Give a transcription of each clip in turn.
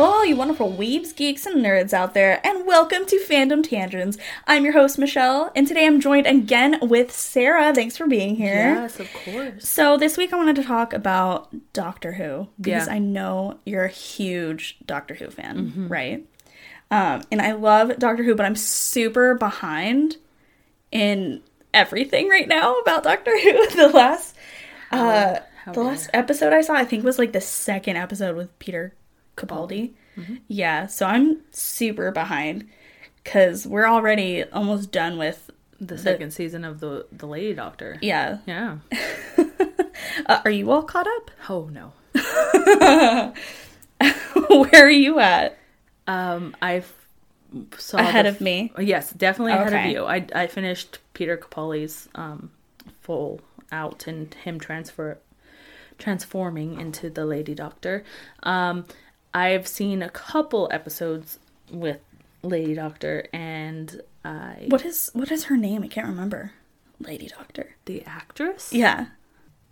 wonderful weebs, geeks, and nerds out there, and welcome to Fandom Tangents. I'm your host, Michelle, and today I'm joined again with Sarah. Thanks for being here. Yes, of course. So, this week I wanted to talk about Doctor Who because Yeah. Mm-hmm. I know you're a huge Doctor Who fan, right? Um, and I love Doctor Who, but I'm super behind in everything right now about Doctor Who. The last. Uh, How the dare. last episode I saw, I think, was like the second episode with Peter Capaldi. Mm-hmm. Yeah, so I'm super behind because we're already almost done with. The second season of the the Lady Doctor. Yeah. Yeah. Uh, are you all caught up? Oh no. Where are you at? Um, I f- saw Ahead the of me. Yes, definitely ahead Okay. of you. I I finished Peter Capaldi's um full out and him transfer transforming into the Lady Doctor. Um, I've seen a couple episodes with Lady Doctor and I What is what is her name? I can't remember. Lady Doctor. the actress. Yeah.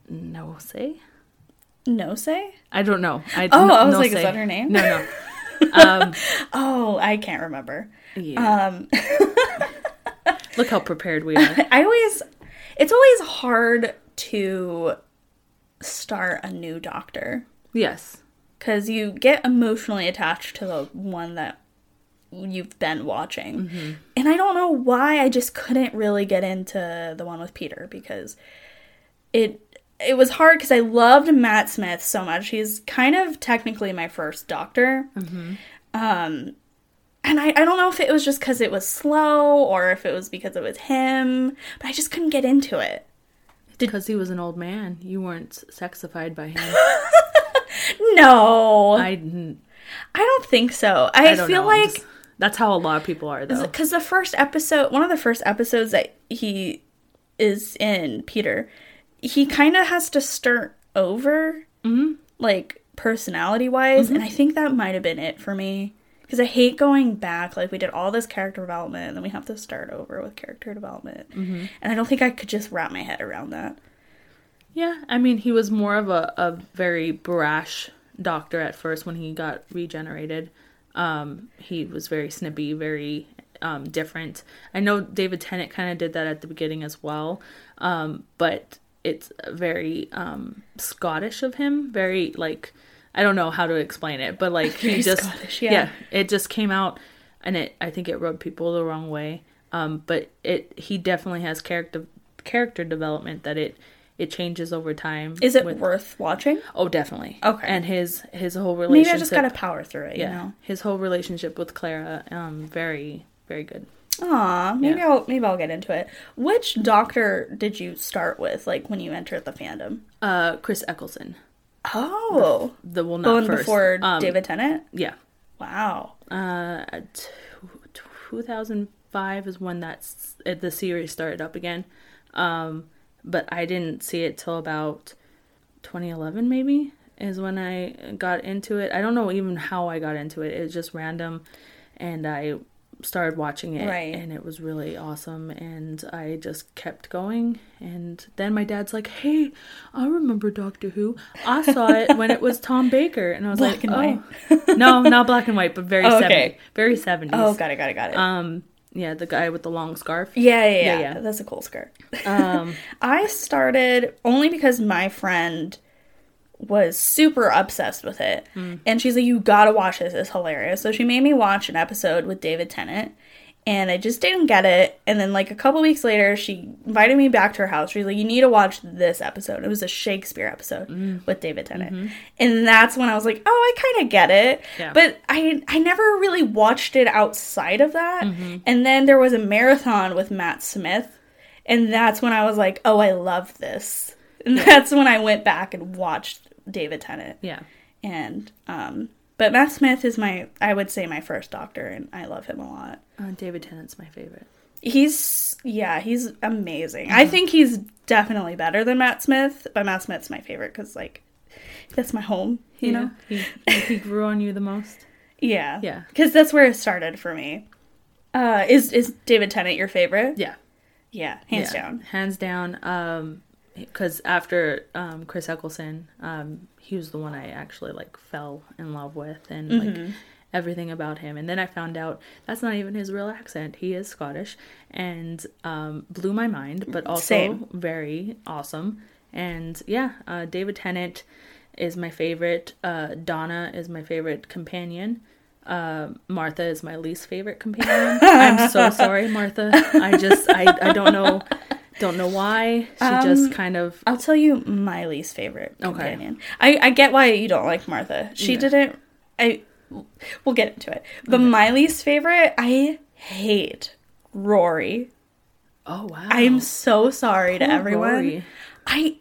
No say. No say. I don't know. I, Oh, no- I was no like, say. is that her name? No, no. Oh, I can't remember. Yeah. Um, Look how prepared we are. I always. It's always hard to start a new Doctor yes. because you get emotionally attached to the one that you've been watching. Mm-hmm. And I don't know why I just couldn't really get into the one with Peter because it it was hard because I loved Matt Smith so much. He's kind of technically my first Doctor. Um, Mm-hmm. and I, I don't know if it was just because it was slow or if it was because it was him, but I just couldn't get into it. Because he was an old man. You weren't sexified by him. No, I, I, n- don't think so. I, I don't feel know. I'm like just- that's how a lot of people are, though. because the first episode one of the first episodes that he is in peter he kind of has to start over Mm-hmm. like personality wise and i think that might have been it for me because i hate going back like we did all this character development and then we have to start over with character development Mm-hmm. and i don't think i could just wrap my head around that Yeah, I mean, he was more of a, a very brash doctor at first when he got regenerated. Um, he was very snippy, very um, different. I know David Tennant kind of did that at the beginning as well, um, but it's very um, Scottish of him. Very like I don't know how to explain it, but like he Very just Scottish, yeah. it just came out, and it I think it rubbed people the wrong way. Um, but it he definitely has character character development that it it changes over time. is it with- worth watching Oh, definitely. Okay. And his his whole relationship. maybe i just gotta power through it you know His whole relationship with Clara, um, very very good. Aw, maybe Yeah. I'll maybe I'll get into it. Which doctor did you start with, like when you entered the fandom? Uh, Chris Eccleston. Oh, The well, the not one first. before Um, David Tennant. Yeah. Wow. Uh, t- 2005 is when that's uh, the series started up again. Um, but I didn't see it till about 2011 maybe is when I got into it. I don't know even how I got into it. It was just random and I started watching it Right. and it was really awesome and I just kept going and then my dad's like, "Hey, I remember Doctor Who. I saw it when it was Tom Baker." And I was Black like, and "Oh." no, not black and white, but very Oh, 70s. okay. Very 70s. Oh, got it, got it, got it. Um yeah, the guy with the long scarf. yeah, yeah, yeah, yeah. That's a cool skirt. Um I started only because my friend was super obsessed with it. And she's like, You gotta watch this, it's hilarious. So she made me watch an episode with David Tennant and I just didn't get it. And then like a couple weeks later she invited me back to her house. She's like, You need to watch this episode. It was a Shakespeare episode with David Tennant. And that's when I was like, Oh, I kinda get it. Yeah. But I I never really watched it outside of that. And then there was a marathon with Matt Smith and that's when I was like, oh, I love this. And that's when I went back and watched David Tennant. yeah. And, um, but Matt Smith is my, I would say, my first doctor, and I love him a lot. Uh, David Tennant's my favorite. He's, yeah, he's amazing. Mm-hmm. I think he's definitely better than Matt Smith, but Matt Smith's my favorite because, like, that's my home, you know? Yeah. he, he grew on you the most. Yeah. Yeah. Because that's where it started for me. Uh, is, is David Tennant your favorite? Yeah. Yeah, hands Yeah, down. Hands down. Um, because after um Mm-hmm. Chris Eccleston, um, he was the one I actually like fell in love with, and like everything about him. And then I found out that's not even his real accent. He is Scottish and um, blew my mind, but also Same. very awesome. And yeah, uh, David Tennant is my favorite. Uh, Donna is my favorite companion. Uh, Martha is my least favorite companion. I'm so sorry, Martha. I just I, I don't know don't know why. She Um, just kind of I'll tell you my least favorite companion. I, I get why you don't like Martha. She didn't. I we'll get into it. But my least favorite, I hate Rory. oh wow. I'm so sorry to Poor everyone. Rory. I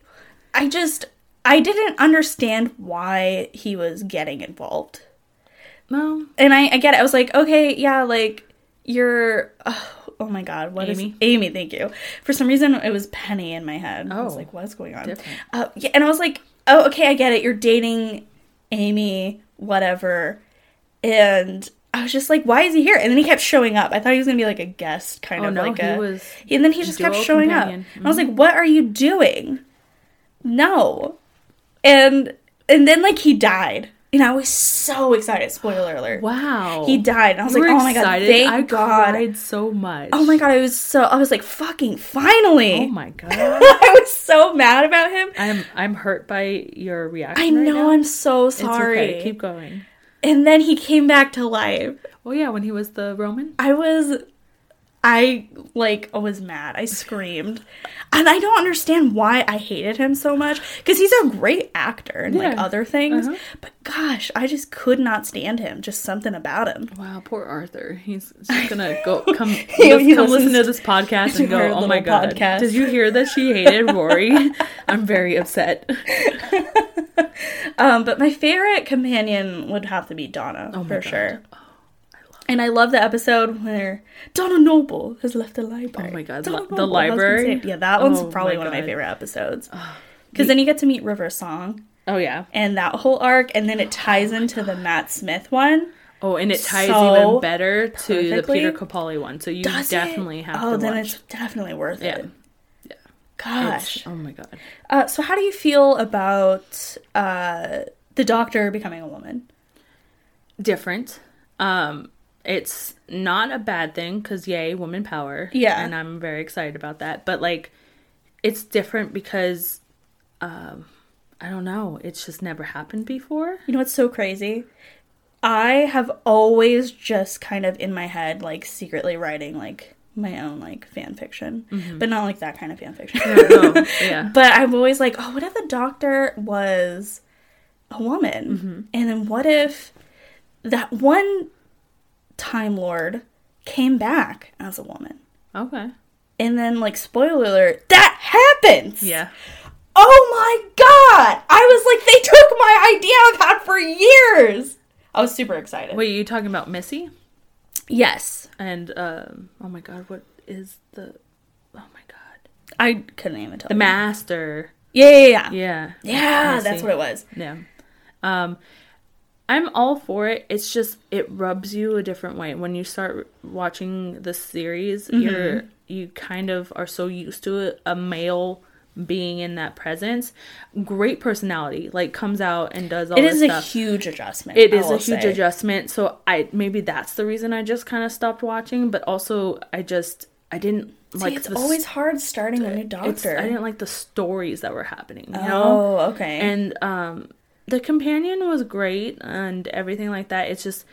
I just I didn't understand why he was getting involved. no And I, I get it. I was like, okay, yeah, like you're. Oh, oh my god, what is Amy? Amy? Thank you. For some reason, it was Penny in my head. I was Oh. like, what's going on? Different. Uh, yeah, and I was like, oh, okay, I get it. You're dating Amy, whatever. And I was just like, why is he here? And then he kept showing up. I thought he was gonna be like a guest, kind Oh, of no, like he a. was and then he just kept dual showing companion. Mm-hmm. up. And I was like, what are you doing? No. And and then like he died. And I was so excited. Spoiler alert. wow. He died. And I was You like, were oh my god, excited? thank I God. cried so much. Oh my god, I was so I was like, fucking finally. Oh my god. I was so mad about him. I'm I'm hurt by your reaction. I right know now. I'm so It's okay, sorry. Keep going. And then he came back to life. Oh yeah, when he was the Roman. I was I like was mad. I screamed. And I don't understand why I hated him so much cuz he's a great actor and like Yeah. other things. Uh-huh. But gosh, I just could not stand him. Just something about him. Wow, poor Arthur. He's just gonna go come He- lis- he come listen listens to this podcast to and go. our Oh my little god, podcast." did you hear that she hated Rory? I'm very upset. Um, but my favorite companion would have to be Donna Oh my for God. sure. And I love the episode where Donna Noble has left the library. Oh my God, Donna li- the Noble, I was gonna library? say- Yeah, that one's Oh probably my one of my God. favorite episodes. Because then you get to meet River Song Oh yeah. and that whole arc, and then it ties into the Matt Smith one. Oh, and it ties So even better to the perfectly. Peter Capaldi one. So you Does it? definitely have Oh, to then watch. it's definitely worth Yeah. it. Yeah. Gosh. It's- oh my god. Uh, so, how do you feel about uh, the Doctor becoming a woman? different. Um, it's not a bad thing because yay, woman power. Yeah. and I'm very excited about that. But like, it's different because, um, I don't know. It's just never happened before. You know what's so crazy? I have always just kind of in my head, like secretly writing like my own like fan fiction, but not like that kind of fan fiction. Mm-hmm. No, Oh, yeah. but I'm always like, oh, what if the doctor was a woman? Mm-hmm. And then what if that one Time Lord came back as a woman? Okay. And then, like, spoiler alert, that happens! Yeah. Oh my god! I was like, they took my idea I've had for years. I was super excited. Wait, you talking about Missy? Yes, And um, oh my god, what is the? Oh my god, I couldn't even tell. the you. master. Yeah, yeah, yeah, yeah. Yeah. Yeah, I that's see. what it was. Yeah. Um I'm all for it. It's just it rubs you a different way when you start watching the series. Mm-hmm. You're you kind of are so used to a, a male being in that presence. Great personality, like comes out and does all It this is a stuff. huge adjustment. It I is a will huge say. adjustment. So I maybe that's the reason I just kind of stopped watching. But also I just I didn't See, like it's the always hard starting a new it's- I doctor. didn't like the stories that were happening. You know? Oh, okay. and um the companion was great and everything like that it's just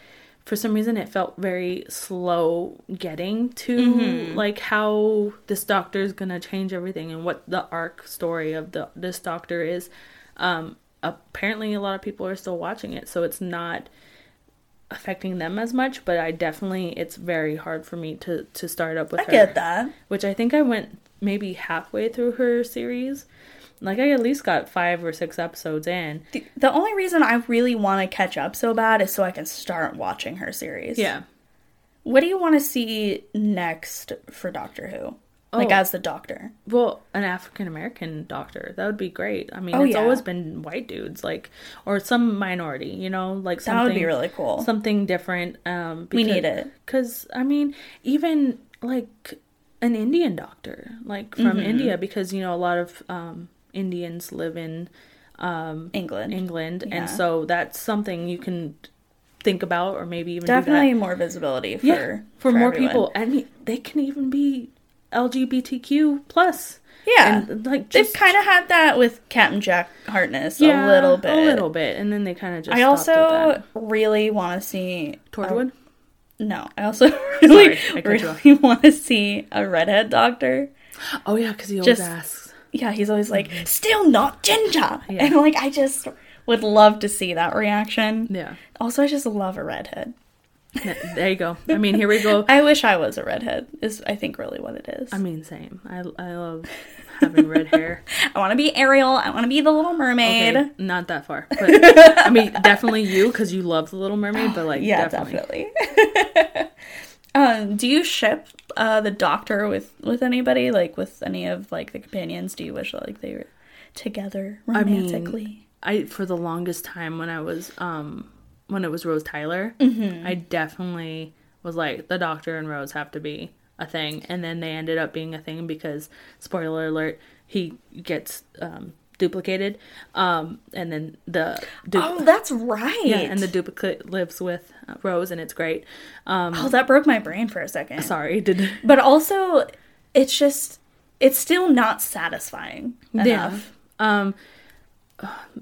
for some reason it felt very slow getting to Mm-hmm. like how this doctor is gonna change everything and what the arc story of the this doctor is um apparently a lot of people are still watching it so it's not affecting them as much but i definitely it's very hard for me to to start up with I her get that. which I think I went maybe halfway through her series. Like I at least got five or six episodes in. The, the only reason I really want to catch up so bad is so I can start watching her series. What do you want to see next for Doctor Who? Like Oh. as the Doctor. Well, an African American doctor. That would be great. I mean, Oh, it's yeah. always been white dudes, like or some minority, you know, like That something would be really cool. something different. Um We need it. Cause I mean, even like an Indian doctor, like from Mm-hmm. India, because you know, a lot of um Indians live in England. Mm. England, Yeah. and so that's something you can think about or maybe even do that. Definitely more visibility for yeah, for, more everyone. people. I mean, they can even be LGBTQ plus. Yeah. and like They've just kind of had that with Captain Jack Hartness yeah, a little bit. a little bit, and then they kind of just. I stopped at also Oh. that. really want to see Torchwood. No, I also really, Sorry, I cut you off. really want to see a redhead doctor. oh yeah, because he always just- asks. Yeah, he's always like, Mm-hmm. "Still not ginger," and like I just would love to see that reaction. Yeah, Also, I just love a redhead. N- there you go. I mean, here we go. I wish I was a redhead. Is I think really what it is. I mean, same. I I love having red hair. I want to be Ariel. I want to be the Little Okay, Mermaid. not that far, but I mean, definitely you because you love the Little Mermaid. But like, Uh, Yeah, definitely. definitely. um, do you ship uh, the Doctor with with anybody? Like with any of like the companions? Do you wish like they were together mean, romantically? I for the longest time when I was um when it was Rose Tyler, I definitely was like the Doctor and Rose have to be a thing, and then they ended up being a thing because spoiler alert, he gets um duplicated, um and then the du- oh, that's right. yeah, and the duplicate lives with uh, Rose, and it's great. Um, oh, that broke my brain for a second. sorry, did But also, it's just it's still not satisfying enough. Yeah. Um,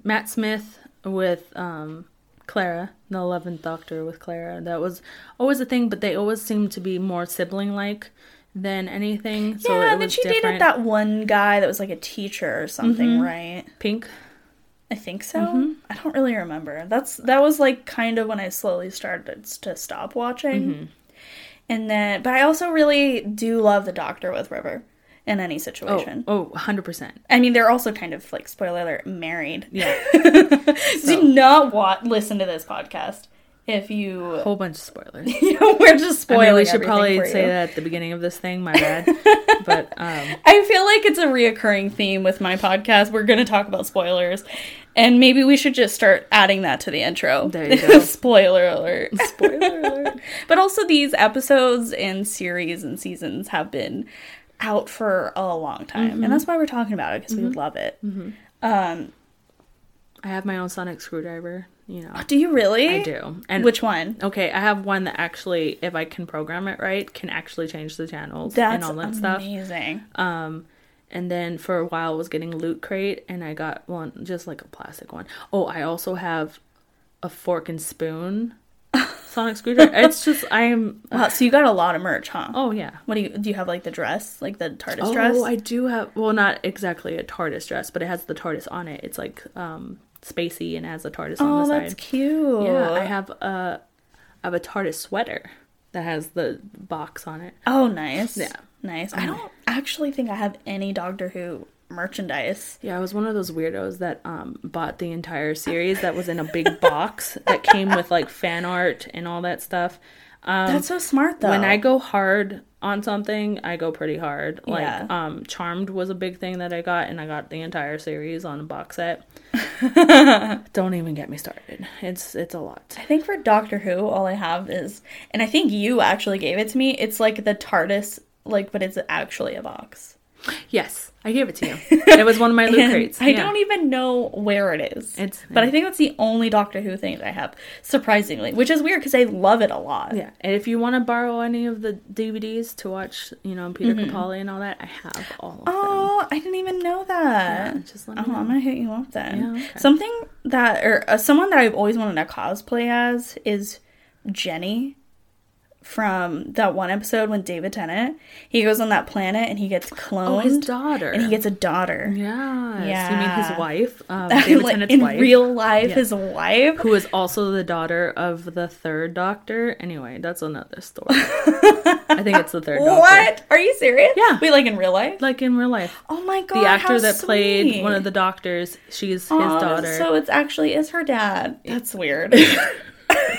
Matt Smith with um, Clara, the Eleventh Doctor with Clara. That was always a thing, but they always seemed to be more sibling like than anything. So yeah, it and then was she different. Mm-hmm. dated that one guy that was like a teacher or something, right? Pink. I think so. Mm-hmm. I don't really remember. That's that was like kind of when I slowly started to stop watching. Mm-hmm. And then but I also really do love the doctor with River in any Oh, situation. oh, 100 percent. I mean, they're also kind of like spoiler alert married. Yeah, Do not want listen to this podcast if you a whole bunch of spoilers. we're just I spoiling. mean, we should everything probably for say you. that at the beginning of this thing. My bad. but um, I feel like it's a reoccurring theme with my podcast. We're going to talk about spoilers, and maybe we should just start adding that to the intro. There you go. Spoiler alert. spoiler alert. But also, these episodes and series and seasons have been out for a long time, Mm-hmm. and that's why we're talking about it because we love it. Um, I have my own sonic screwdriver. You know, do you really? I do. And Which one? Okay, I have one that actually, if I can program it right, can actually change the channels and That's all that stuff. amazing. Um, and then for a while, I was getting Loot Crate, and I got one just like a plastic one. Oh, I also have a fork and spoon sonic screwdriver. It's just I am. Wow, so you got a lot of merch, huh? Oh yeah. What do you do? You have like the dress, like the TARDIS Oh, dress. I do have. Well, not exactly a TARDIS dress, but it has the TARDIS on it. It's like um spacey and has a TARDIS on oh, the side. that's cute. Yeah, I have a I have a TARDIS sweater that has the box on it. Oh, nice. Yeah. Nice. I don't actually think I have any Doctor Who merchandise. Yeah, I was one of those weirdos that um bought the entire series that was in a big box that came with like fan art and all that stuff. Um That's so smart, though. when I go hard on something, I go pretty hard. Like Yeah. um Charmed was a big thing that I got and I got the entire series on a box set. Don't even get me started. It's it's a lot. I think for Doctor Who, all I have is, and I think you actually gave it to me. It's like the TARDIS, like, but it's actually a box. Yes, I gave it to you. It was one of my loot And crates. I Yeah. don't even know where it is. It's- but I think that's the only Doctor Who thing I have, surprisingly, which is weird because I love it a lot. e-, Yeah, and if you want to borrow any of the DVDs to watch, you know, Peter Capaldi and all that, I have all of them. Oh, I didn't even know that. Yeah, just let me Oh, I'm gonna hit you up then. Yeah, okay. Something that, or uh, someone that I've always wanted to cosplay as is Jenny from that one episode when David Tennant he goes on that planet and he gets cloned. Oh, his daughter. And he gets a daughter. yes. You mean Yeah. his wife, um, David Like, Tennant's in wife, real life, his wife. who is also the daughter of the third Doctor. Anyway, that's another story. I think it's the third Doctor. What? Are you serious? Yeah. Wait, like in real life? Like in real life, oh my god. the how actor that played sweet. one of the doctors, she's his Aw, daughter. So it's actually is her dad. That's weird.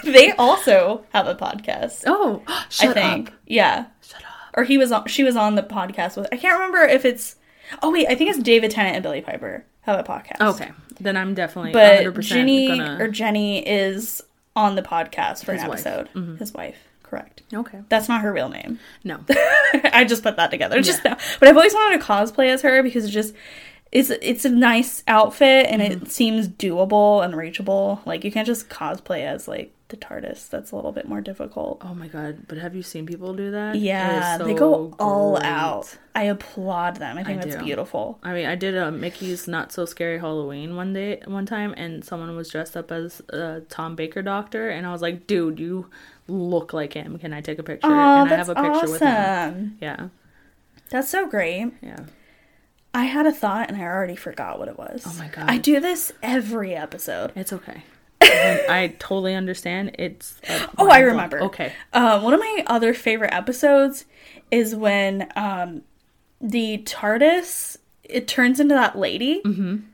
they also have a podcast. oh, shut I think. up! Yeah. Shut up! Or he was on she was on the podcast with I can't remember if it's Oh wait, I think it's David Tennant and Billy Piper have a podcast. Okay, then I'm definitely But 100% Jenny gonna... or Jenny is on the podcast for His an wife. Mm-hmm. episode. His wife. Correct. okay, That's not her real name. no. I just put that together just now. But I've always wanted to cosplay as her because it just it's it's a Mm-hmm. nice outfit and it seems doable and reachable. Like you can't just cosplay as like the TARDIS. That's a little bit more difficult. Oh my god! But have you seen people do that? Yeah, It is they so go all great. out. I applaud them. I think that's do. beautiful. I mean, I did a Mickey's Not So Scary Halloween one day, one time, and someone was dressed up as a Tom Baker doctor, and I was like, "Dude, you look like him. Can I take a picture?" Oh, and I that's have a picture awesome. with him. Yeah, That's so great. yeah. I had a thought and I already forgot what it was. Oh my God. I do this every episode. It's okay. I, I totally understand. It's a Oh, mind I blow- remember. Okay, Um, one of my other favorite episodes is when um, the TARDIS it turns into that lady, when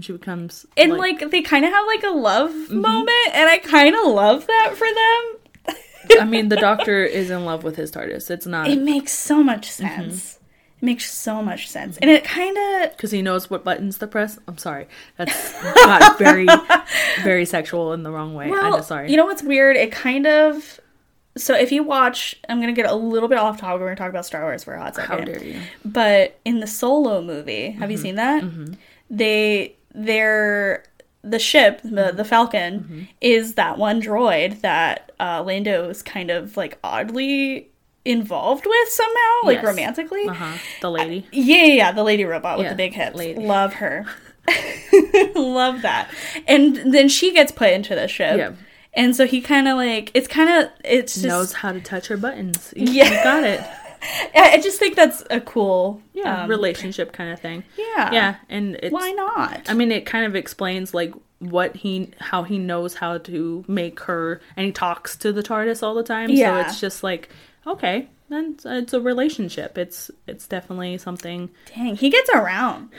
she becomes and Mm-hmm. like, Mm-hmm. they kind of have like a love moment, and I kind of love that for them. I mean, the doctor is in love with his TARDIS. It's not It makes so much sense. It makes so much sense, and it kind of because he knows what buttons to press. I'm sorry, that's got very, very sexual in the wrong way. Well, I'm just sorry. You know what's weird? It kind of. So if you watch, I'm gonna get a little bit off topic. We're gonna talk about Star Wars for a hot second. how dare you? But in the Solo movie, have Mm-hmm. you seen that? They they're the ship, the Mm-hmm. the Falcon, is that one droid that uh, Lando is kind of like oddly involved with somehow, like Yes. romantically. Uh huh. The lady. Yeah, yeah, yeah, the lady robot with Yeah, the big hips. lady. Love her. Love that. And then she gets put into the ship. Yeah. And so he kind of like it's kind of it's just knows how to touch her buttons. You, Yeah. you got it. I, I just think that's a cool Yeah, um, relationship kind of thing. yeah Yeah, and it's. Why not? I mean, it kind of explains like what he, how he knows how to make her, and he talks to the TARDIS all the time. Yeah. So it's just like, okay, then it's, it's a relationship. It's it's definitely something Dang, he gets around.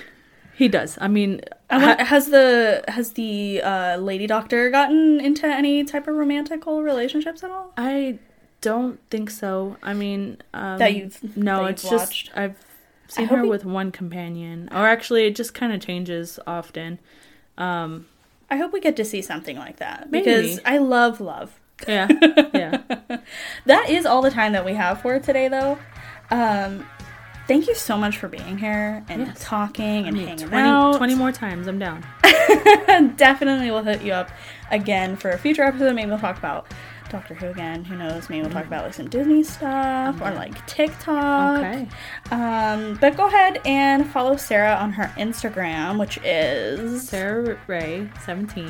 he does. I mean, I want, has the has the uh, lady doctor gotten into any type of romantical relationships at all? I don't think so. I mean, um, That you've- no, that it's you've just watched? I've seen hope her you- with one companion, or actually, it just kind of changes often. I hope we get to see something like that Maybe. because I love love. Yeah, yeah. That is all the time that we have for today, though. Um, thank you so much for being here and Yes. talking and Hey, hanging 20, out. 20 more times. I'm down. Definitely, we'll hit you up again for a future episode. Maybe we'll talk about Doctor Who again. Who knows? Maybe we'll talk about like some Disney stuff or like TikTok. Okay. Um, but go ahead and follow Sarah on her Instagram, which is Sarah Ray, 17.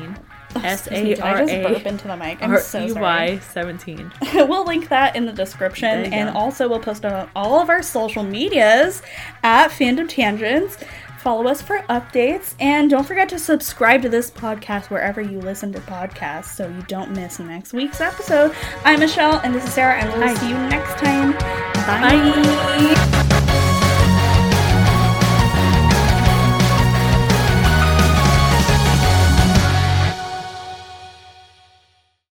S Oh, Excuse me, A did R I just burp A into the mic. I'm R so E sorry. Y, 17. we'll link that in the There description you and go. also we'll post it on all of our social medias at fandom tangents follow us for updates and don't forget to subscribe to this podcast wherever you listen to podcasts so you don't miss next week's episode i'm michelle and this is sarah and we'll Hi. see you next time Bye. bye.